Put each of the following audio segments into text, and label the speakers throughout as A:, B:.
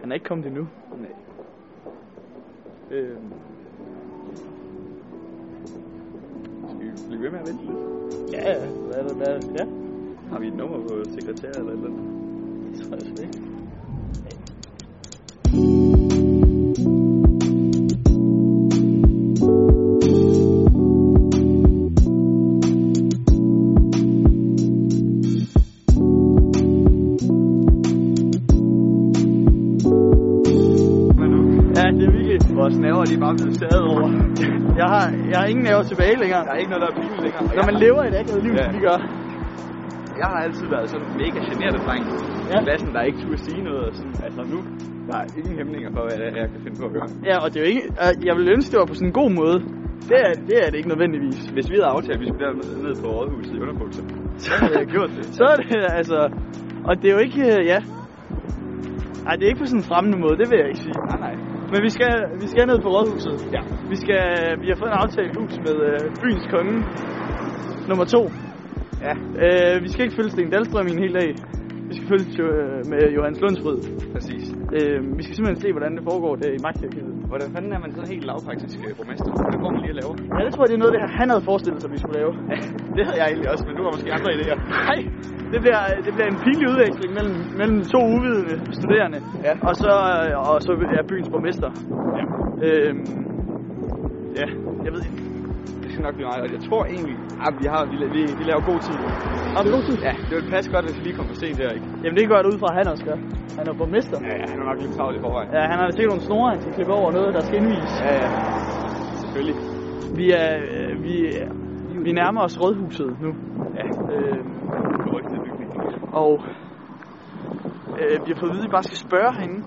A: Han er ikke kommet endnu.
B: Nej.
A: Øh,
B: Øhm. Skal vi blive ved med at vente lidt?
A: ja, ja. Hvad er det? Hvad er det? Ja,
B: Har vi et nummer på sekretær eller et eller andet?
A: det tror jeg sgu ikke.
B: Hvad nu?
A: Ja, det er virkelig.
B: Hvor snaver de er bare blevet taget over.
A: Jeg har, jeg har ingen nerver tilbage længere.
B: Der er ikke noget, der er pinligt længere. Og
A: Når
B: jeg-
A: man lever et akavet liv,
B: Ja.
A: ja. som vi gør.
B: Jeg har altid været sådan en mega generet dreng.
A: Ja.
B: Ja. Klassen, der ikke turde sige noget. Og sådan, altså nu, der er ingen hæmninger for, hvad det er, jeg kan finde på at gøre.
A: Ja, og det er jo ikke... øh, Jeg ville ønske, det var på sådan en god måde. Det er det, er det ikke nødvendigvis.
B: Hvis vi havde aftalt, at vi skulle derned- ned på Rådhuset i underbukser, så havde jeg gjort det.
A: Så er det altså... Og det er jo ikke... øh, Ja. Ej, det er ikke på sådan en fremmende måde, det vil jeg ikke sige.
B: Nej, nej.
A: Men vi skal, vi skal ned på rådhuset.
B: Ja.
A: Vi, skal, vi har fået en aftale i hus med øh, byens konge. Nummer to.
B: Ja,
A: Øh, vi skal ikke følge Sten Dahlstrøm i en hel dag. Vi skal følge jo- med Johannes Lundsfrid.
B: præcis.
A: Øh, vi skal simpelthen se, hvordan det foregår der i magtjærkivet.
B: Hvordan fanden er man sådan helt lavpraktisk øh, borgmester? Hvad går man lige og laver?
A: Ja, det tror jeg, det er noget, det han havde forestillet sig, vi skulle lave.
B: det havde jeg egentlig også, men du har måske andre idéer.
A: Nej, det bliver, det bliver en pinlig udveksling mellem, mellem to uvidende studerende,
B: Ja.
A: og så, øh, og så er byens borgmester.
B: Ja.
A: Øhm, ja, jeg ved ikke.
B: Det skal nok blive meget godt. Jeg tror egentlig, at vi, har, vi, la- vi, vi laver god tid.
A: Har vi god tid?
B: Ja, det ville passe godt, hvis vi lige kom for sent der, ikke?
A: Jamen det går jeg da ud fra, at han også gør. Han er borgmester.
B: Ja, ja, han er nok lidt travlt i forvejen.
A: Ja, han har sikkert nogle snore, han skal klippe over noget, der skal indvise.
B: Ja, ja. Selvfølgelig.
A: Vi er, øh, vi, vi nærmer os rådhuset nu.
B: Ja, øhm,
A: Øh,
B: korrekte bygning.
A: og øh, vi har fået at vide, at vi bare skal spørge hende.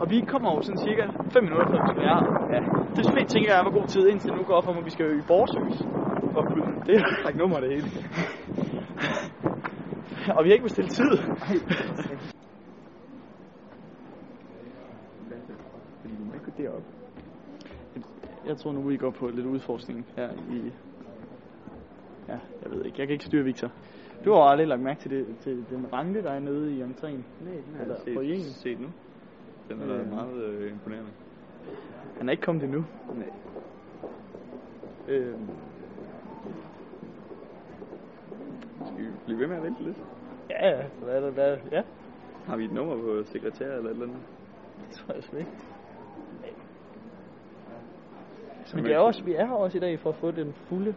A: Og vi kommer jo sådan cirka 5 minutter før vi skal være.
B: Ja.
A: Det er sådan, tænker jeg, var god tid, indtil det nu går op for mig, vi skal jo i Borsøs.
B: Og gud, det er ikke nummer det hele.
A: Og vi har ikke bestilt tid.
B: Fordi du må ikke gå derop.
A: Jeg tror nu, vi går på lidt udforskning her i... Ja, jeg ved ikke. Jeg kan ikke styre Victor. Du har jo aldrig lagt mærke til, det, til den ranke, der er nede i entréen.
B: Nej, den
A: Eller
B: set,
A: på en.
B: set nu. Den er
A: Øh.
B: øh. meget øh, imponerende.
A: Han er ikke kommet endnu.
B: Nej.
A: Øh,
B: Skal vi blive ved med at vente lidt?
A: ja, hvad er det? Hvad? Ja,
B: Har vi et nummer på sekretær eller et eller andet?
A: det tror jeg sgu ikke.
B: Som
A: Men
B: man
A: det er
B: kan-
A: også, vi er her også i dag for at få den fulde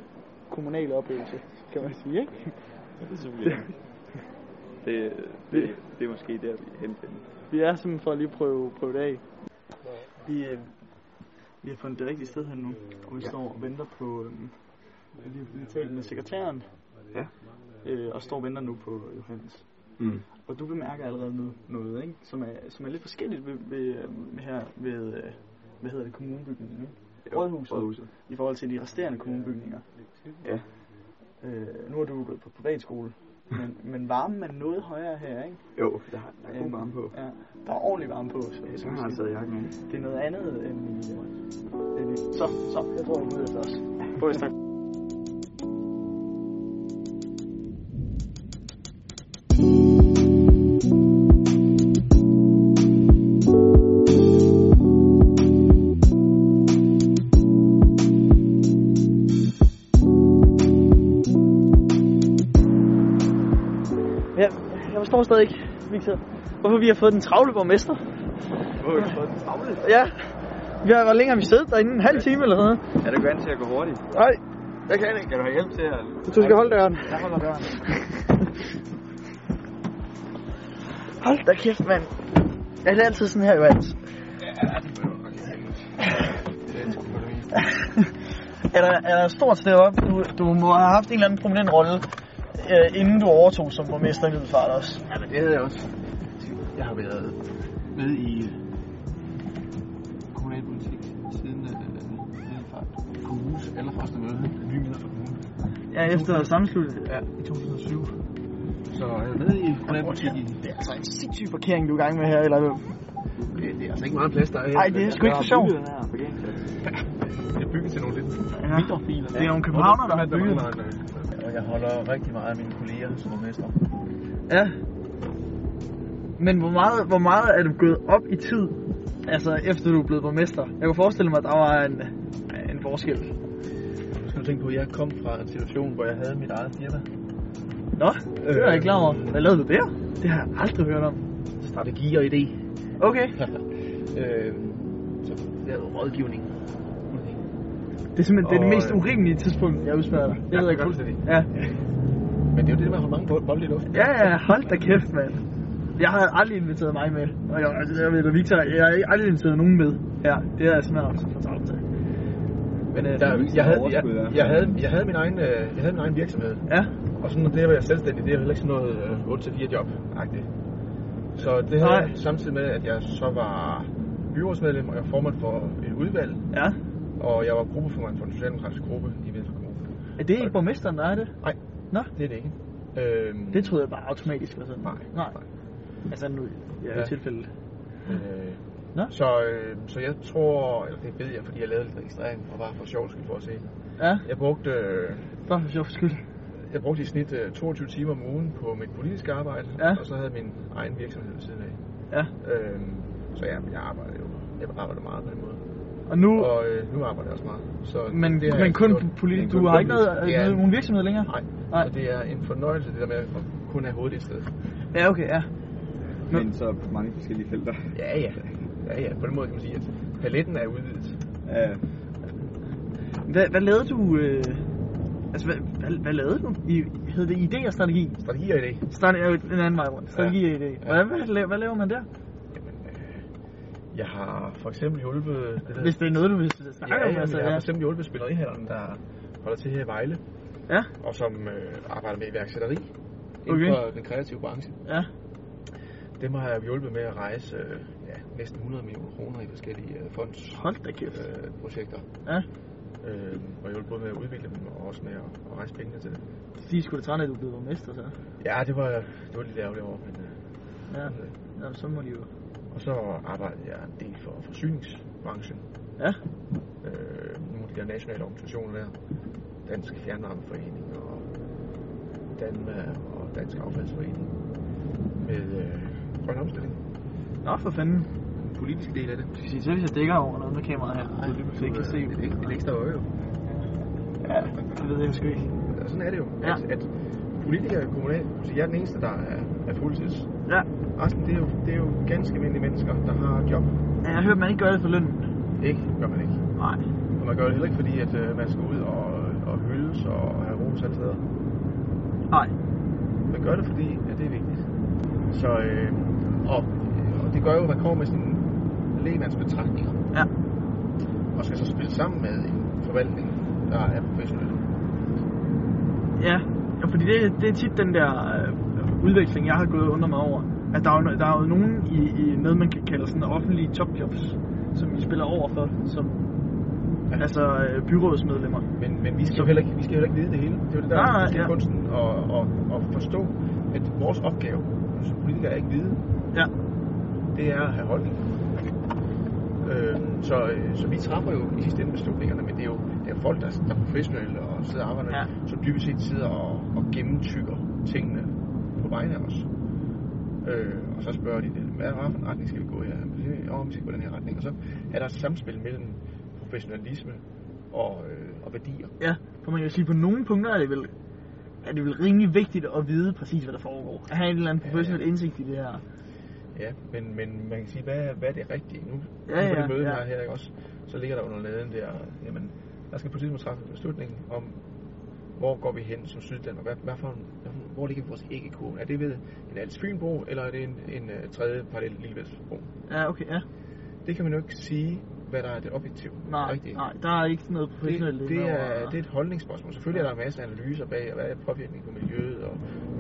A: kommunale oplevelse, kan man sige, ikke?
B: Det, det, det, det er måske der, vi endte henne.
A: Vi er simpelthen for at lige prøve, prøve det af. Vi, øh, vi har fundet det rigtige sted her nu, og vi står og venter på... Øh, vi vi har talt med sekretæren,
B: Ja.
A: øh, og står og venter nu på Johannes.
B: Mm.
A: Og du bemærker allerede nu noget, ikke? Som er, som er lidt forskelligt ved, ved, øh, her ved, øh, hvad hedder det, kommunebygningen, ikke? Rådhuset,
B: Rådhuset.
A: i forhold til de resterende kommunebygninger.
B: Ja.
A: Øh, nu er du gået på privatskole, men, men varmen er noget højere her, ikke?
B: Jo, der, har- der er god
A: Øhm,
B: varme på.
A: Ja, der er ordentlig varme på, så,
B: Jeg
A: så
B: tror, han har taget jakken af.
A: det er noget andet end... i, øh, end i- så, så, jeg tror, vi er ude efter os. Både snak. Ja, jeg forstår stadig ikke, Victor, hvorfor vi har fået den travle borgmester.
B: Hvor er det for travle?
A: Ja. Vi har, hvor længe har vi siddet derinde? En halv time eller sådan noget?
B: Er du vant til at gå hurtigt?
A: Nej,
B: Jeg kan ikke. Kan du have hjælp til at...
A: du skal holde døren.
B: Jeg holder døren.
A: Hold da kæft, mand. Er det altid sådan her, Johannes? er, der, er der stort sted op? Du, du må have haft en eller anden prominent rolle, øh, inden du overtog som borgmester i Middelfart også.
B: Ja, men det havde jeg også. Jeg har været med i kommunalpolitik siden Middelfart Kommunes allerførste møde af nye midler for kommunen
A: Ja, efter sammensluttet.
B: ja. i 2007. Så jeg er med i kommunalpolitik i...
A: Det er altså en sindssyg parkering, du er i gang med her, eller hvad?
B: Det, det er altså ikke meget plads, der er her.
A: Ej, det er sgu ikke for sjovt.
B: Jeg er bygget til nogle lidt
A: Ja.
B: mindre biler.
A: Det er nogle københavnere, der har bygget.
B: Og jeg holder rigtig meget af mine kolleger som borgmester.
A: Ja. Men hvor meget, hvor meget er du gået op i tid, altså efter du er blevet borgmester? Jeg kunne forestille mig, at der var en, en forskel.
C: Nu skal du tænke på, at jeg kom fra en situation, hvor jeg havde mit eget firma.
A: Nå, det var jeg ikke klar over. Øh, Hvad lavede du der? Det har jeg aldrig hørt om.
C: Strategi og idé.
A: Okay,
C: øh, så jeg lavede rådgivning.
A: det er simpelthen det, er det
C: Og,
A: mest
C: øh,
A: urimelige tidspunkt, jeg udspørger dig. Det ved jeg godt.
C: Fuldstændig.
A: Ja.
C: Men det er jo det, der med at holde mange bolde i luften.
A: Ja, ja, hold da kæft, mand. Jeg har aldrig inviteret mig med. Og jeg, altså, jeg ved da, Victor, jeg har ikke- aldrig inviteret nogen med. Ja, det er jeg simpelthen også for travlt til. Men øh,
C: Jeg, jeg, havde, jeg,
D: Overskud, ja.
C: jeg, havde, jeg, havde min egen, øh, jeg havde min egen virksomhed,
A: ja,
C: og sådan det at være selvstændig, det er jo heller ikke sådan noget øh, 8-4 job -agtigt. Så det havde
A: Nej.
C: jeg samtidig med, at jeg så var byrådsmedlem, og jeg var formand for et udvalg,
A: ja.
C: og jeg var gruppeformand for den socialdemokratiske gruppe i Venstre Kommune.
A: Er det ikke borgmesteren, der er det?
C: Det er det ikke. Øhm,
A: Det troede jeg bare automatisk var sådan.
C: Nej.
A: Nej. Altså nu, ja, i
C: Ja.
A: tilfældet.
C: Øh,
A: Nå.
C: så, øh, så jeg tror, eller det ved jeg, fordi jeg lavede lidt registrering, og bare for sjov skyld for at se.
A: Ja,
C: Jeg brugte, øh,
A: bare for sjov skyld.
C: jeg brugte i snit øh, 22 timer om ugen på mit politiske arbejde,
A: Ja.
C: og så havde jeg min egen virksomhed ved siden af.
A: Ja.
C: Øh, så ja, jeg arbejder jo jeg arbejder meget på den måde.
A: Og nu,
C: Og øh, nu arbejder jeg også meget. Så
A: men,
C: det har
A: men
C: jeg
A: kun
C: gjort. Men
A: politisk.
C: kun
A: Du har ikke
C: politisk.
A: noget,
C: Det er
A: ja.
C: en-
A: nogen virksomhed længere?
C: Nej,
A: Nej.
C: og det er en fornøjelse, det der med at kun have hovedet i stedet.
A: Ja, okay, ja. Nu-
D: Men så på mange forskellige felter.
C: Ja, ja. Ja, ja. På den måde kan man sige, at paletten er udvidet.
D: Ja,
A: Hvad, hvad lavede du... Øh, altså, hvad, hvad, hvad lavede du? I, hed det idé og strategi?
C: Strategi og idé.
A: Strategi er jo en anden vej rundt. Strategi og idé.
C: Ja.
A: Hvad, hvad, laver, hvad laver man der?
C: Jeg har for eksempel hjulpet... Det der-
A: Øh, Hvis det er noget, du vil snakke
C: Ja,
A: om,
C: ja, altså,
A: altså,
C: jeg har
A: ja.
C: for eksempel hjulpet spillerihandleren, der holder til her i Vejle.
A: Ja.
C: Og som øh, arbejder med iværksætteri
A: Okay.
C: inden for den kreative branche.
A: Ja.
C: Dem har jeg hjulpet med at rejse øh, ja, næsten 100 millioner kroner i forskellige øh, fondsprojekter.
A: Hold da kæft.
C: Øh, projekter.
A: Ja.
C: Øh, og hjulpet både med at udvikle dem og også med at, at rejse pengene til det.
A: De er sgu da trætte, af, at du er blevet borgmester, så.
C: Ja, det var, det var lidt ærgerligt over, men... Øh,
A: Ja. Nå, så må de jo...
C: Og så arbejdede jeg en del for forsyningsbranchen.
A: Ja.
C: Øh, nogle af de der nationale organisationer der. Dansk Fjernvarmeforening og Danmark og Dansk Affaldsforening. Med øh, grøn omstilling.
A: Nå, for fanden.
C: Den politiske del af det.
A: Du skal sige til, hvis jeg dækker over noget med kameraet her. så du ikke kan se.
C: Et, et øh, ekstra øje jo.
A: Ja, det ved jeg sgu ikke.
C: Og sådan er det jo.
A: Ja.
C: At, at politikere i kommunal, så jeg er den eneste, der er, er fuldtids.
A: Ja.
C: Resten, det er, jo, det er jo ganske almindelige mennesker, der har et job.
A: Ja, Jeg har hørt, man ikke gør det for lønnen.
C: Ikke, gør man ikke.
A: Nej.
C: Og man gør det heller ikke fordi, at øh, man skal ud og, og hyldes og have ros alle steder.
A: Nej.
C: Man gør det fordi, at det er vigtigt. Så, øh, og, og det gør jo, at man kommer med sine lægmandsbetragtninger.
A: Ja.
C: Og skal så spille sammen med en forvaltning, der er professionel.
A: Ja, ja fordi det, det er tit den der øh, udveksling, jeg har gået under mig over. At der er, jo- der er jo nogen i, i noget, man kan kalde sådan offentlige topjobs, som I spiller over for, som
C: Ja.
A: altså øh, byrådsmedlemmer.
C: Men, men vi skal jo heller ikke, vi skal jo heller ikke vide det hele. Det er jo det der,
A: Nej, nej,
C: det er
A: ja.
C: kunsten at, at, at, forstå, at vores opgave som politikere er ikke vide.
A: Ja.
C: Det er at have holdning. Øh, så, øh, så vi træffer jo i sidste ende beslutningerne, men det er jo, det er jo folk, der, der er professionelle og sidder og arbejder,
A: Ja.
C: ja. som dybest set sidder og, og gennemtykker tingene på vegne af os. Øh, og så spørger de, det, hvad hvad for en retning skal vi gå her? Jo, vi skal gå i den her retning. Og så er der et samspil mellem professionalisme og, øh, og værdier.
A: Ja, for man kan jo sige, på nogle punkter er det vel er det vel rimelig vigtigt at vide præcis, hvad der foregår. At have en eller anden
C: Ja,
A: professionel indsigt i det her.
C: Ja, men, men man kan sige, hvad, hvad er det rigtige nu?
A: Ja,
C: nu på
A: ja,
C: det møde, vi
A: ja.
C: har her, ikke også? Så ligger der under laden der, jamen, der skal politiet må træffe en beslutning om, hvor går vi hen som Syddanmark? Hvad, hvad for en, hvad for en- hvor ligger vores æggekurve? Er det ved en Als Fynbro, eller er det en, en uh, tredje parallel Lillebæltsbro?
A: Ja, okay, ja.
C: Det kan man jo ikke sige, hvad der er det objektive.
A: Nej,
C: rigtige.
A: nej, der er ikke noget professionelt
C: Det,
A: inde
C: det,
A: over.
C: er, det er et holdningsspørgsmål. Selvfølgelig er der masser af analyser bag, og hvad er påvirkningen på miljøet, og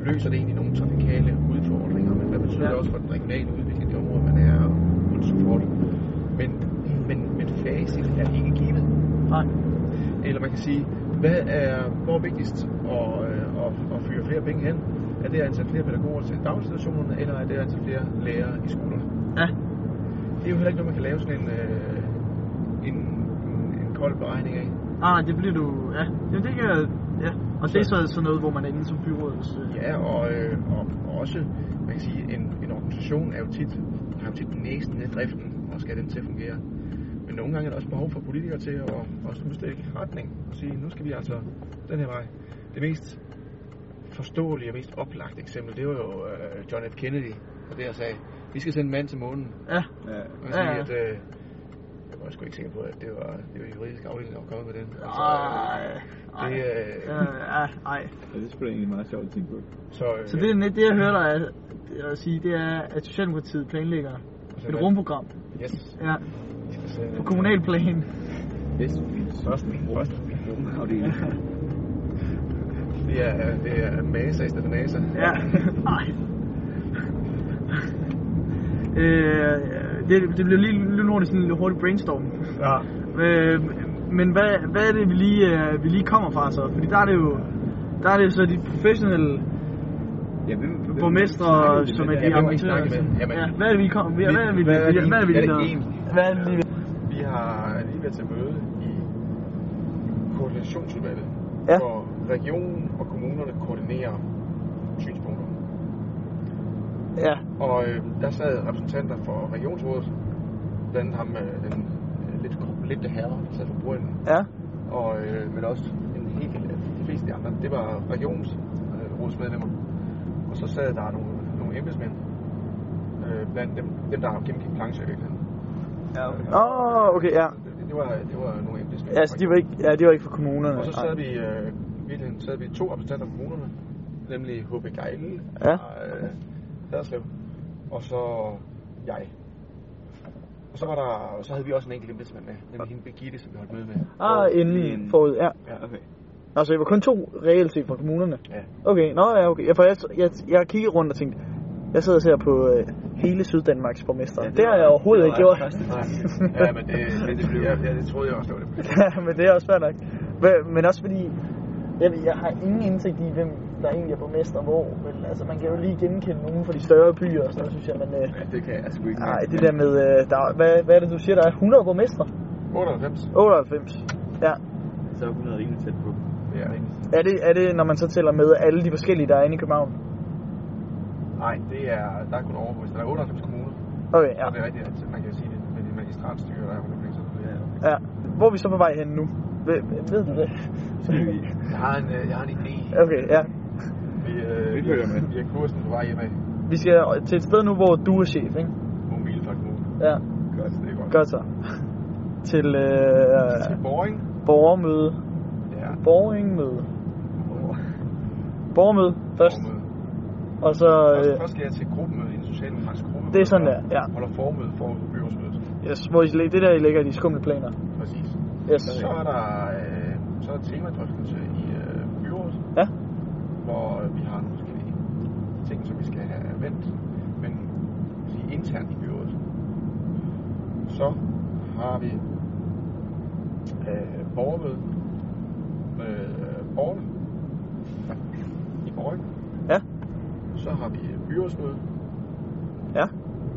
C: løser det egentlig nogle trafikale udfordringer, men hvad betyder
A: Ja.
C: ja. det også for den regionale udvikling i det område, man er, og på support. Men, men, men facit er ikke givet.
A: Nej.
C: Eller man kan sige, hvad er, hvor er vigtigst at, øh, at, at fyre flere penge hen? Er det at ansætte flere pædagoger til daginstitutionerne, eller er det at ansætte flere lærere i skolerne?
A: Ja.
C: Det er jo heller ikke noget, man kan lave sådan en, øh, en, en, en kold beregning af.
A: Ah, det bliver du... Ja, Jamen, det kan, Ja, og det er så sådan noget, hvor man er inde som byrådets... Øh,
C: Ja, og, øh, og og også, man kan sige, en, en organisation er jo tit, har jo tit næsten af driften, og skal den til at fungere. Men nogle gange er der også behov for politikere til at også udstikke retning og sige, nu skal vi altså den her vej. Det mest forståelige og mest oplagte eksempel, det var jo øh, John F. Kennedy, og det han sagde, vi skal sende en mand til månen.
A: Ja,
D: Ja.
C: Og sige,
A: Ja, ja.
C: at, øh, jeg var sgu ikke sikker på, at det var, det var juridisk afdeling, der var kommet med den. Altså,
A: Ej,
C: øh, det, øh,
A: øh, ej, ej.
D: ja, det er sgu da egentlig meget sjovt at tænke på.
C: så, øh,
A: Så det, er net- det jeg hører dig at, at sige, det er, at Socialdemokratiet planlægger
C: så
A: et
C: hvad-
A: rumprogram
C: Yes.
A: ja,
C: Så, øh,
A: på kommunalplan.
D: Vestfils.
C: Først min først.
D: Rumafdeling.
C: Det er, det er NASA i stedet for NASA.
A: Ja, ej. øh, det, det blev lige lynhurtigt sådan en lidt hurtig brainstorm.
C: Ja.
A: Øh, men hvad, hvad er det, vi lige, øh, vi lige kommer fra så? Fordi der er det jo, der er det jo så de professionelle
D: Ja, hvem, hvem,
A: borgmestre, som er
C: hvem
A: de
C: har vi
A: amatører.
C: snakket med? Jamen,
A: Ja, hvad er det, vi kommer? Hvad er det, vi
C: Hvad er det,
A: hvad er det, vi
C: hvad er det
A: laver?
C: egentlig?
A: Hvad er det, vi
C: Vi har lige været til møde i koordinationsudvalget,
A: Ja.
C: hvor regionen og kommunerne koordinerer synspunkter.
A: Ja,
C: Og øh, der sad repræsentanter for regionsrådet, blandt andet ham øh, den øh, lidt korpulente herre, der sad for bordenden,
A: ja,
C: og, øh, men også en hel del af de fleste af de andre. Det var regionsrådsmedlemmer. og så sad der nogle, nogle embedsmænd, øh, blandt dem, dem der gennemgik plancher i virkeligheden.
A: ja. Åh, okay, ja.
C: Det, det, var, det var nogle embedsmænd.
A: Ja, så Altså, de var ikke, ja, de var ikke fra kommunerne.
C: Og så sad
A: nej.
C: vi, øh, i virkeligheden sad vi to repræsentanter fra kommunerne, nemlig H.B. Geil
A: Ja.
C: fra øh, Haderslev, og så jeg. Og så, var der, så havde vi også en enkelt embedsmand med, nemlig hende Birgitte, som vi holdt møde med.
A: Ah, inden
D: Inden.
A: forud, ja.
D: Ja, okay.
A: Nå, så I var kun to reelt set fra kommunerne?
C: Ja.
A: Okay, nå ja, okay. Jeg, for jeg, jeg, jeg kiggede rundt og tænkte, jeg sidder og ser på øh, hele Syddanmarks borgmester. Ja, det, det har jeg overhovedet ikke gjort.
C: ja, men det, det, det, blev, ja, ja, det troede jeg også, det var det.
A: ja, men det er også fair nok. Men, men også fordi, jeg, jeg har ingen indsigt i, hvem der egentlig er borgmester hvor. Men altså, man kan jo lige genkende nogen fra de større byer og sådan noget, synes jeg. Men øh,
D: Ja, det kan jeg sgu ikke.
A: nej, det der med, øh, der, er- hvad, hvad er det, du siger, der er 100 borgmestre?
C: 98.
A: 98.
D: Så er 100 rimelig tæt på.
C: Ja.
A: Er det, er det, når man så tæller med alle de forskellige, der er inde i København?
C: Nej, det er, der er kun overhoved. Der er 98 kommuner,
A: Okay, ja.
C: og det er rigtigt, at man kan sige det, men det er magistratstyre, der er rundt omkring sådan noget.
A: Ja. Hvor er vi så på vej hen nu? Ved, ved du det?
C: Jeg har en, øh, jeg har en idé.
A: Okay, ja.
C: Vi, øh,
D: Det hører man.
C: Vi har kursen på vej hjemme.
A: Vi skal til et sted nu, hvor du er chef, ikke?
C: Nogle mil fra kommunen.
A: Ja,
C: Godt, det er godt.
A: godt så. Til øh,
C: Til Boring.
A: borgermøde.
C: Ja.
A: Borgermøde. Borgermøde først,
C: Formøde.
A: og så...
C: Først,
A: Øh,
C: først skal jeg til gruppemøde i den socialdemokratiske gruppe.
A: det er sådan
C: hvor
A: der, ja.
C: jeg Holder formøde for byrådsmødet.
A: Yes, hvor I, læ- det der, I lægger de skumle planer.
C: Præcis.
A: Yes.
C: Så er der øh, så er temadrøftelse i øh, byrådet.
A: Ja.
C: Hvor øh, vi har nogle forskellige ting, som vi skal have vendt. Men kan sige, internt i byrådet. Så har vi øh, borgermøde med øh, borgerne i morgen.
A: Ja.
C: Så har vi byrådsmøde.
A: Ja.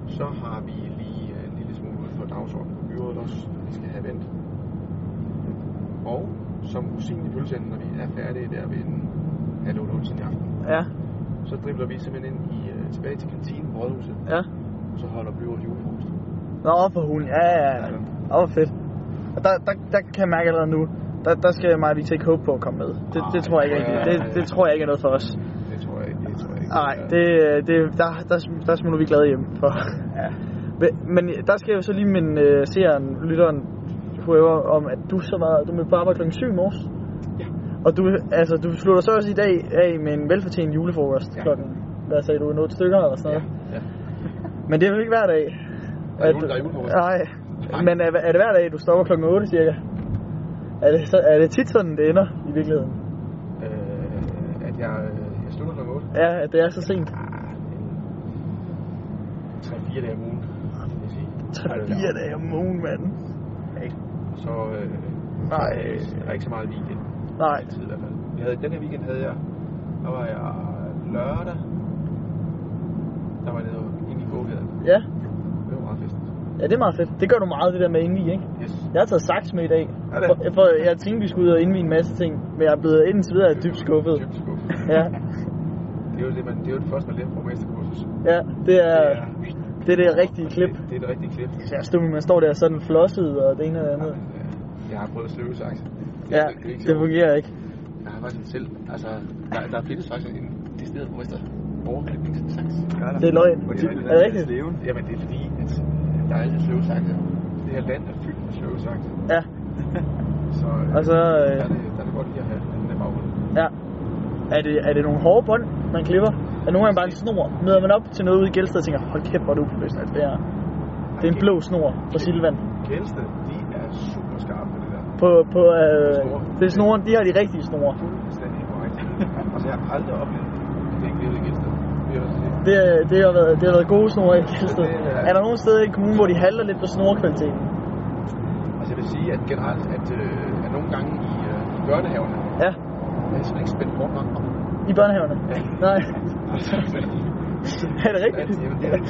C: Så har vi lige øh, en lille smule ude på dagsordenen på byrådet også, vi skal have vendt. Og som rosinen i pølsen, når vi er færdige der ved den halv otte otte i aften,
A: Ja,
C: så dribler vi simpelthen ind i, øh, tilbage til kantinen på Rådhuset,
A: ja.
C: og så holder byrådet julefrokost.
A: Nå, for hun. Ja, ja, ja. Åh, hvor fedt. Og der, der, der kan jeg mærke allerede nu, der, der skal mig lige ikke håbe på at komme med. Det, det tror jeg ikke,
C: Ej,
A: rigtig-
C: ja, ja,
A: det,
C: ja.
A: det tror jeg ikke er noget for os.
C: Det tror jeg ikke. Det tror jeg ikke. øh,
A: Nej, det, det, der, der, der smutter vi glade hjem for. Ja. Men der skal jeg jo så lige minde øh, seeren, lytteren, whoever, om at du så var, du mødte på arbejde klokken 7 i morges.
C: Ja.
A: Og du, altså, du slutter så også i dag af med en velfortjent julefrokost
C: Ja.
A: klokken, hvad sagde du, 8 stykker eller sådan noget.
C: Ja, ja.
A: Men det er jo ikke hver dag.
C: Der er
A: at-
C: jule- der er julefrokost.
A: Nej,
C: Nej.
A: men er, er det hver dag, du stopper klokken 8 cirka? Er det, så, er det tit sådan, det ender i virkeligheden?
C: Øh, at jeg, øh, jeg slutter Ah, klokken 8.
A: Ja, at det er så sent.
C: 3-4 dage om ugen, vil jeg sige.
A: 3-4 dage om ugen, mand.
C: Så øh,
A: Nej.
C: så er der ikke så meget weekend.
A: Nej,
C: altid i hvert fald. Jeg havde, den her weekend havde jeg, der var jeg lørdag, der var jeg nede inde i gågaden.
A: Ja.
C: Det var meget festligt.
A: Ja, det er meget fedt. Det gør du meget, det der med at indvige, ikke?
C: Yes.
A: Jeg har taget saks med i dag.
C: Er det?
A: For, for jeg tænkte, vi skulle ud og indvige en masse ting, men jeg er blevet indtil videre dybt skuffet.
C: Dybt skuffet.
A: Ja,
C: Det er jo det, man, det, er jo det første, man lærer på mesterkursus.
A: ja, det er
C: Ja.
A: det, er det rigtige klip.
C: Det, det er det rigtige klip.
A: Så jeg stod, man står der sådan flosset og det ene og det andet.
C: Jeg har prøvet sløvesaks.
A: Ja, det fungerer ikke.
C: Jeg har faktisk selv, altså, der, der findes faktisk en decideret borgmester borgerrepræsentant.
A: Det er løgn.
C: Hvor de har-
A: Er det rigtigt?
C: Jamen, det er fordi, at der er altid sløvesakse. Det her land er fyldt med sløvesakse.
A: Ja.
C: Så, øh,
A: Og så, øh,
C: der, er det, der er det godt lige at have den der baggrund.
A: ja. Er det, er det nogle hårde bånd, man klipper? Er nogle gange bare en snor? Møder man op til noget ude i Gældsted og tænker, hold kæft, hvor er du professionel. Det er, det er en blå snor fra Silvan.
C: Gælste, de er super skarpe på det der.
A: På, på øh, det er snoren, de har de rigtige snore.
C: Fuldstændig korrekt. altså, jeg har aldrig oplevet, at det ikke levede i Gælste. Det er også det.
A: Det, det, har været, det har været gode snore i Gældsted.
C: Det er-
A: Er der nogen steder i kommunen, hvor de halter lidt på snorkvaliteten?
C: Altså, jeg vil sige, at generelt, at, øh, at nogle gange i, øh, i børnehaverne,
A: Ja,
C: er jeg simpelthen ikke spændt hårdt nok op.
A: i børnehaverne.
C: Ja.
A: Nej,
C: Altså,
A: er det rigtigt?
C: Jamen, det, er-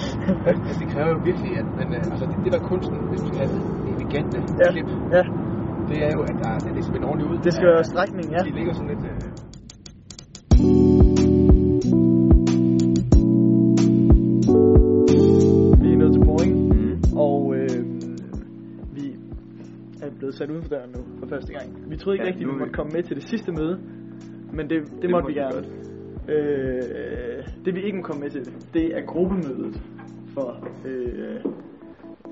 C: altså, det kræver jo virkelig, at man, øh, altså, det, det der er kunsten, hvis du skal have elegante
A: Ja,
C: klip,
A: ja.
C: det er jo, at der, det, det skal spænde ordentligt ud.
A: Det skal være strækning, ja.
C: De ligger sådan lidt... Øh,
A: Vi er nået til Boring,
E: Mm.
A: og øh, vi er blevet sat uden for døren nu for første gang. Vi troede ikke ja,
E: Ja,
A: rigtigt,
E: nu
A: vi
E: er vi-
A: måtte komme med til det sidste møde, men det, det, det måtte vi gerne. Øh, det vi ikke må komme med til, det er gruppemødet for øh,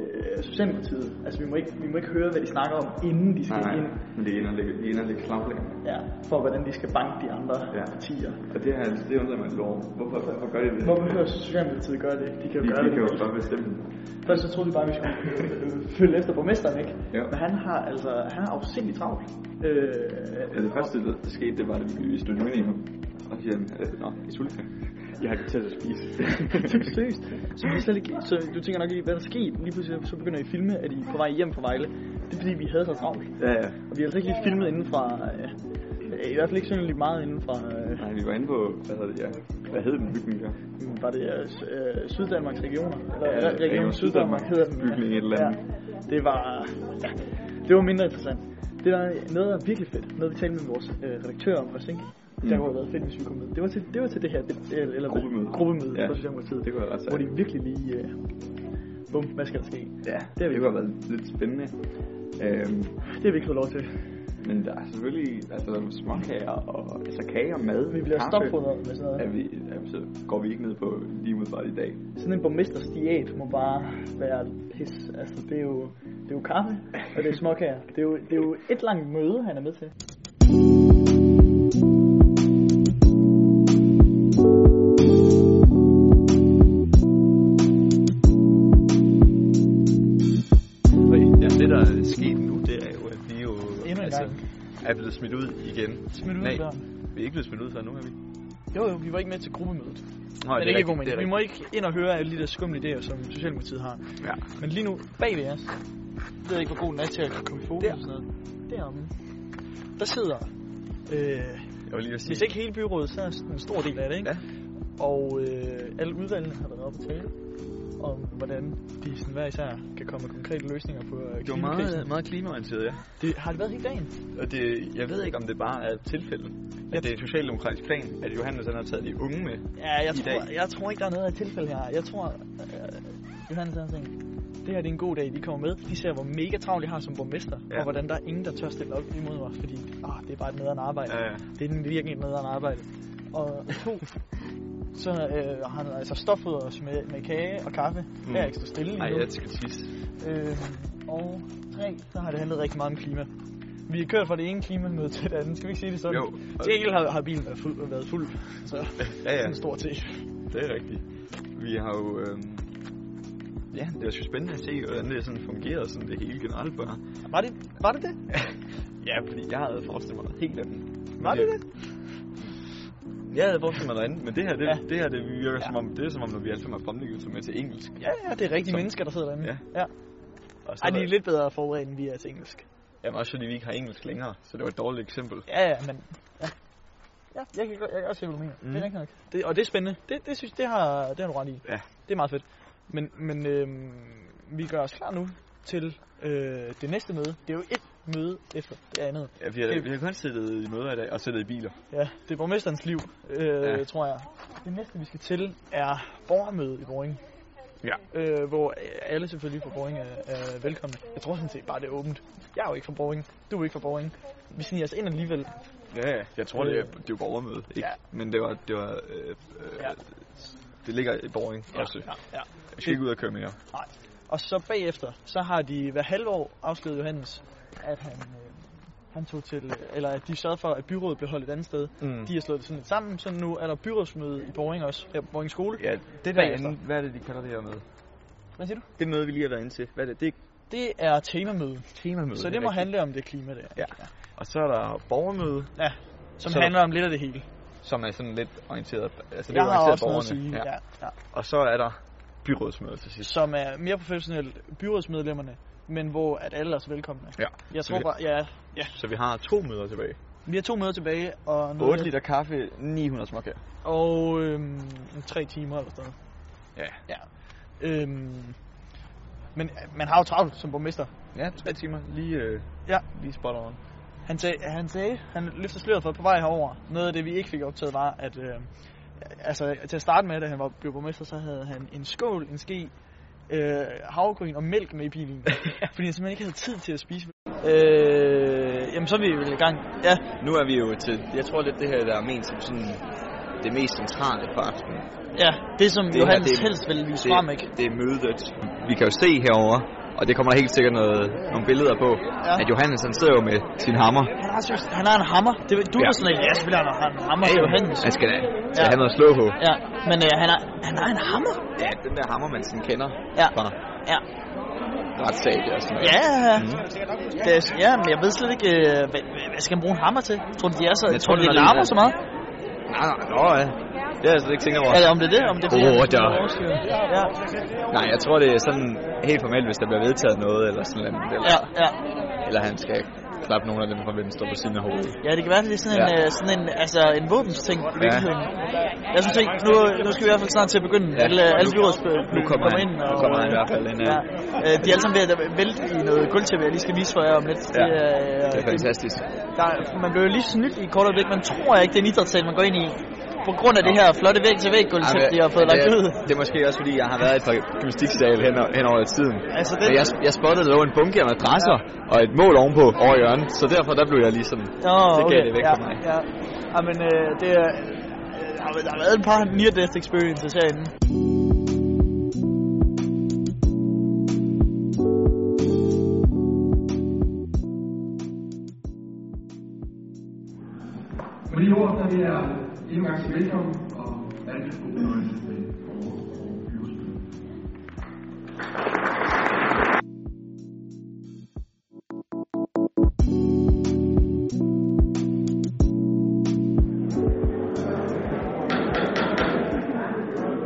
A: øh, Socialdemokratiet. Altså vi må, ikke, vi må ikke høre, hvad de snakker om, inden de skal
E: Nej,
A: ind.
E: nej. Men det ender lidt, det ender lidt klamlæg.
A: Ja, for hvordan de skal banke de andre
E: Ja.
A: ja. partier.
E: Og det har altså, det undrer mig lidt over. Hvorfor, hvorfor gør de det?
A: Hvorfor kan Socialdemokratiet gøre det? De kan jo
E: De,
A: gøre
E: de
A: det.
E: kan jo bare bestemme.
A: Først så troede vi bare, at vi skulle øh, følge efter borgmesteren, ikke?
E: Ja.
A: Men han har altså, han har afsindelig travlt. Øh,
E: Ja, det første, der der skete, det var, at vi stod nu ind i ham. Og så siger han, øh, nå, I er sultne. Jeg har ikke tid til at spise.
A: Seriøst. Så, vi slet ikke, så du tænker nok lige, hvad der skete. Lige pludselig så begynder I at filme, at I er på vej hjem fra Vejle. Det er fordi, vi havde så travlt.
E: ja, ja.
A: Og vi har altså ikke lige filmet inden fra... Øh, øh, I hvert fald ikke synderligt meget inden fra... Øh,
E: Nej, vi var inde på, hvad hedder det, ja. Hvad hed den bygning der?
A: var det øh, s- øh, Syddanmarks regioner? Eller
E: Ja,
A: ja, Region
E: Region
A: Syddanmark hedder den.
E: Bygning et eller andet.
A: Ja. Det var... Ja, det var mindre interessant. Det der er noget, der er virkelig fedt, noget vi talte med vores øh, redaktør om også, ikke? Mm. Der kunne have været fedt, hvis vi kom med. Det var til det, var til det her, det, eller- eller
E: Gruppemøde.
A: gruppemøde ja.
E: Ja,
A: for Socialdemokratiet.
E: det kunne være ret sejt.
A: Hvor de virkelig lige... Øh, bum, hvad skal der ske?
E: Ja,
A: det har
E: det
A: vi ikke.
E: kunne have været lidt spændende. Øhm,
A: Det har vi ikke fået lov til.
E: men der er selvfølgelig altså, der er småkager og altså, kager, mad,
A: Vi bliver
E: kaffe.
A: stopfodret med sådan
E: Er
A: noget.
E: vi, er, vi- så går vi ikke ned på lige umiddelbart i dag.
A: Sådan en borgmesters diæt må bare være pis. Altså, det er jo, det er jo kaffe, og det er småkager. Det er jo, det er jo et langt møde, han er med til.
B: Ja, det der er sket nu, det er jo, at vi jo
A: Endnu en gang.
B: er blevet smidt ud igen.
A: Smidt ud af
B: Altså, Nej,
A: døren.
B: vi er ikke blevet smidt ud før nu, er vi?
A: Jo, jo, vi var ikke med til gruppemødet.
B: Nå,
A: Men det er ikke
B: rigtigt,
A: god mening. Vi må ikke ind og høre alle de der skumle idéer, som Socialdemokratiet har.
B: Ja.
A: Men lige nu, bag ved os, jeg ved ikke, hvor god den er til at komme i fokus
B: Der.
A: og sådan noget. Deromme, der sidder, øh,
B: Jeg var lige at sige,
A: hvis ikke hele byrådet, så er sådan en stor del af det, ikke?
B: Ja.
A: Og øh, alle udvalgene har været oppe og tale om, hvordan de sådan hver især kan komme med konkrete løsninger på øh,
B: det var
A: klimakrisen.
B: meget, meget klimaorienteret, ja.
A: Det har det været hele dagen.
B: Og det, jeg ved ikke, om det bare er et tilfælde,
A: Ja.
B: at det er en socialdemokratisk plan, at Johannes han har taget de unge med.
A: Ja, jeg
B: i
A: tror, jeg tror ikke, der er noget af et tilfælde her. Jeg tror, øh, Johannes han tænkt, det her det er en god dag, de kommer med. De ser, hvor mega travlt de har som borgmester, ja.
B: Ja.
A: og hvordan der er ingen, der tør stille op imod mig, fordi ah, det er bare et nederen arbejde.
B: Ja, ja.
A: Det er den virkelig et nederen arbejde. Og to, så øh, har han altså stoffet os med, med kage og kaffe. Mm. Jeg er ikke så stille lige
B: Nej,
A: nu.
B: jeg skal tisse.
A: Øh, og tre, så har det handlet rigtig meget om klima. Vi er kørt fra det ene klimamøde til det andet. Skal vi ikke sige det sådan?
B: Jo.
A: Til gengæld har, har bilen været fuld, været fuld så
B: Ja,
A: det er
B: ja,
A: en stor ting.
B: det er rigtigt. Vi har jo... Øhm, ja, det var sgu spændende at se, hvordan det sådan fungerede, sådan det hele generelt bare.
A: Var det, var det det?
B: Ja, fordi jeg havde forestillet mig noget helt andet.
A: Var det det?
B: Jeg havde forestillet mig noget andet, men det her, det,
A: Ja.
B: ja. det her det virker
A: Ja.
B: ja. som om, det er som om, når vi alle sammen har fremlæggelse med til engelsk.
A: Ja, ja, det er rigtige mennesker, der sidder derinde.
B: Ja.
A: ja.
B: Og så
A: Ej, de
B: der-
A: er lidt bedre forberedt, end vi er til engelsk.
B: Jamen også fordi vi ikke har engelsk længere, så det var et dårligt eksempel.
A: Ja, ja, men... Ja, ja jeg, kan, godt- jeg kan også se, hvad du mener. Mm. Det er rigtigt nok. Det, og det er spændende. Det, det synes det har, det har du ret i.
B: Ja.
A: Det er meget fedt. Men, men øhm, vi gør os klar nu til øh, det næste møde. Det er jo et møde efter det andet.
B: Ja, vi, har,
A: Det-
B: vi har kun siddet i møder i dag og siddet i biler.
A: Ja, det er borgmesterens liv, øh, ja.
B: Ja.
A: tror jeg. Det næste, vi skal til, er borgermøde i Boring.
B: Ja.
A: Øh, hvor alle selvfølgelig fra Boring er, er velkomne. Jeg tror sådan set bare, det er åbent. Jeg er jo ikke fra Boring. Du er ikke fra Boring. Vi sniger os ind alligevel.
B: Ja, ja. Jeg tror, det er,
A: Øh.
B: det er jo borgermøde, ikke?
A: Ja.
B: Ja. Men det var... Det, var, øh, øh,
A: Ja.
B: ja. det ligger i Boring ja. også.
A: ja, ja.
B: Jeg skal ikke ud og køre mere.
A: Og så bagefter, så har de hver halve år afsløret Johannes, at han, øh, han tog til, eller at de sørgede for, at byrådet blev holdt et andet sted.
B: Mm.
A: De har slået det sådan lidt sammen, så nu er der byrådsmøde i Boring også, her på Boring Skole.
B: Ja, det der
A: Bagefter.
B: andet, hvad er det, de kalder det her møde?
A: Hvad siger du?
B: Det møde, vi lige har været inde til. Hvad er det? Det er
A: Det er temamøde,
B: temamøde.
A: så det må
B: rigtigt.
A: handle om det klima der.
B: Ja. Og så er der borgermøde,
A: Som
B: Så-
A: handler om lidt af det hele.
B: som er sådan lidt orienteret. Altså, det
A: Jeg
B: er
A: har
B: orienteret
A: også noget at
B: borgerne.
A: sige, ja. Ja, ja.
B: Og så er der byrådsmøde til sidst.
A: som er mere professionelt byrådsmedlemmerne, men hvor at alle er så velkomne.
B: Ja.
A: Jeg
B: Så
A: tror
B: vi-
A: bare, ja,
B: Så vi har to møder tilbage.
A: vi har to møder tilbage, og, noget-
B: 8 liter kaffe, 900 småkager.
A: og øhm, tre timer eller sådan noget.
B: Ja.
A: ja. Øhm, men øh, man har jo travlt som borgmester.
B: Ja, tre timer. Lige, øh,
A: Ja.
B: lige spot on.
A: Han sagde, han, sagde, han løfter sløret for på vej herover. Noget af det, vi ikke fik optaget, var, at øh, altså, til at starte med, da han var, blev borgmester, så havde han en skål, en ske, øh, havregryn og mælk med i bilen. fordi han simpelthen ikke havde tid til at spise. Øh, jamen, så er vi vel i gang. Ja,
F: Nu er vi jo til, jeg tror lidt det her, der er ment som sådan det mest centrale for aftenen.
A: ja det som
F: her,
A: det Johannes
F: det er-
A: helst ville vise
F: Det,
A: frem, ikke?
F: det er mødet. Vi kan jo se herover, og det kommer der helt sikkert noget, nogle billeder på,
A: Ja.
F: ja. at Johannes han sidder jo med sin hammer.
A: Han har, seriøst- han har en hammer. Det, ved- du ja.
F: Ja.
A: er sådan en, ja, selvfølgelig har han en hammer, det er Johannes.
B: Altså-
F: Han skal, da- skal
A: Ja.
F: ja. have noget at slå på.
A: Ja, men øh, han, har, han har en hammer.
F: Ja, den der hammer, man sådan kender
A: Ja.
F: fra
A: Ja.
F: retssag og sådan noget.
A: Ja, mm. det er, ja, men jeg ved slet ikke, øh, hvad, hvad- hvad skal man bruge en hammer til? Tror du, de er så,
F: Jeg
A: tror,
F: tror,
A: du,
F: det
A: de
F: er noget,
A: larmer
F: der-
A: så meget?
F: Nå, nå, ja. Det har jeg slet ikke tænkt over.
A: Er det om det er det? Om det er
F: Åh,
A: det,
F: der.
A: Ja,
F: Nej, jeg tror, det er sådan helt formelt, hvis der bliver vedtaget noget eller sådan noget. Eller,
A: ja, ja.
F: eller han skal klappe nogle af dem fra venstre på siden af hovedet.
A: Ja, det kan være, det er sådan en,
F: Ja.
A: ja. sådan en, altså, en våbensting i virkeligheden. Jeg synes ikke, nu, nu skal vi i hvert fald snart til at begynde. Ja.
F: Ja.
A: Alle, alle
F: Nu-
A: byråds
F: nu kommer han.
A: ind.
F: Nu kommer han i hvert fald ind, ja.
A: Ja. Øh, De er alle sammen ved at vælte i noget gulvtæppe, jeg lige skal vise for jer om lidt.
F: Ja.
A: Det, er, øh,
F: Det er fantastisk.
A: Der, man bliver jo lige snydt i et kort øjeblik. Man tror ikke, det er en idrætssal, man går ind i. På grund af det her flotte væg til væg
F: Ej,
A: gulvtæppe,
F: men-
A: de har fået
F: men
A: lagt
F: det,
A: ud.
F: Det er måske også fordi, jeg har været i et par gymnastiksal hen, hen over tiden.
A: Altså,
F: Men jeg, jeg spottede, der lå en bunke af madrasser og et mål ovenpå over i hjørnet, så derfor der blev jeg lige sådan...
A: Oh,
F: Det gav
A: okay.
F: det væk
A: ja,
F: for mig.
A: Ja. ja men øh, det er, øh, har, været- der har været et par near-death experiences herinde.
G: Med de ord, så vil jeg endnu en gang sige velkommen, og rigtig god fornøjelse med vores byrådsmøde.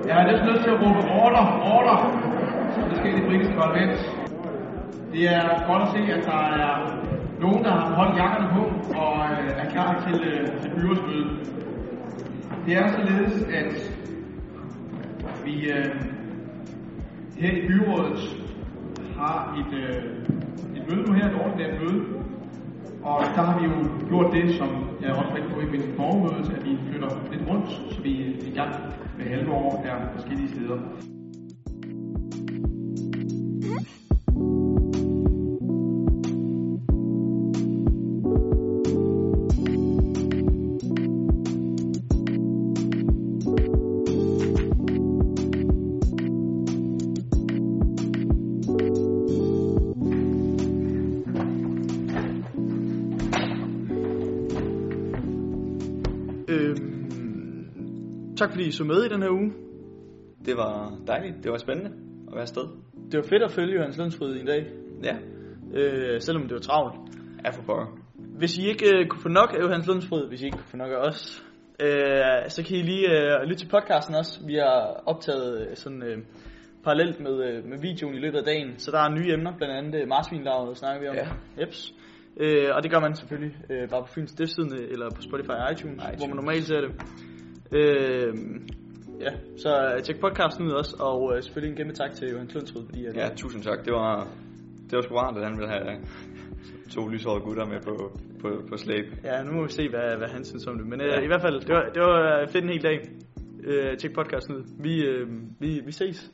G: Jeg er næsten nødt til at råbe order, order, som det sker i det britiske parlament. Det er godt at se, at der er nogen, der har holdt jakkerne på og øh, er klar til, øh, til byrådsmødet. Det er således, at vi øh, her i byrådet har et, øh, et møde nu her, et ordinært møde. Og der har vi jo gjort det, som jeg også var inde på i min formøde, at vi flytter lidt rundt, så vi øh, i gang med halve år er forskellige steder.
A: Øhm, tak fordi I så med i den her uge.
B: Det var dejligt. Det var spændende at være afsted.
A: Det var fedt at følge Johannes Lundsfrid i dag,
B: Ja.
A: øh, selvom det var travlt.
B: Ja, for pokker.
A: Hvis I ikke øh, kunne få nok af Johannes Lundsfrid, hvis I ikke kunne få nok af os, øh, så kan I lige øh, lytte til podcasten også. Vi har optaget øh, sådan øh, parallelt med, øh, med videoen i løbet af dagen, så der er nye emner, blandt andet øh, marsvinlaget snakker vi om. Ja. Eps. Øh, og det gør man selvfølgelig øh, bare på Fyns Stiftstidende eller på Spotify og iTunes, iTunes, hvor man normalt ser det. Øh, ja, så øh, tjek podcasten ud også, og øh, selvfølgelig en kæmpe tak til Johan Klundsrud, fordi at,
B: Ja, tusind tak. Det var, det var sgu rart, at han ville have to lyshårede gutter med på, på, på slæb.
A: ja, nu må vi se, hvad, hvad han synes om det. Men øh, øh, i hvert fald, det var, det var fedt en hel dag. Øh, tjek podcasten ud. Vi, øh, vi, vi ses.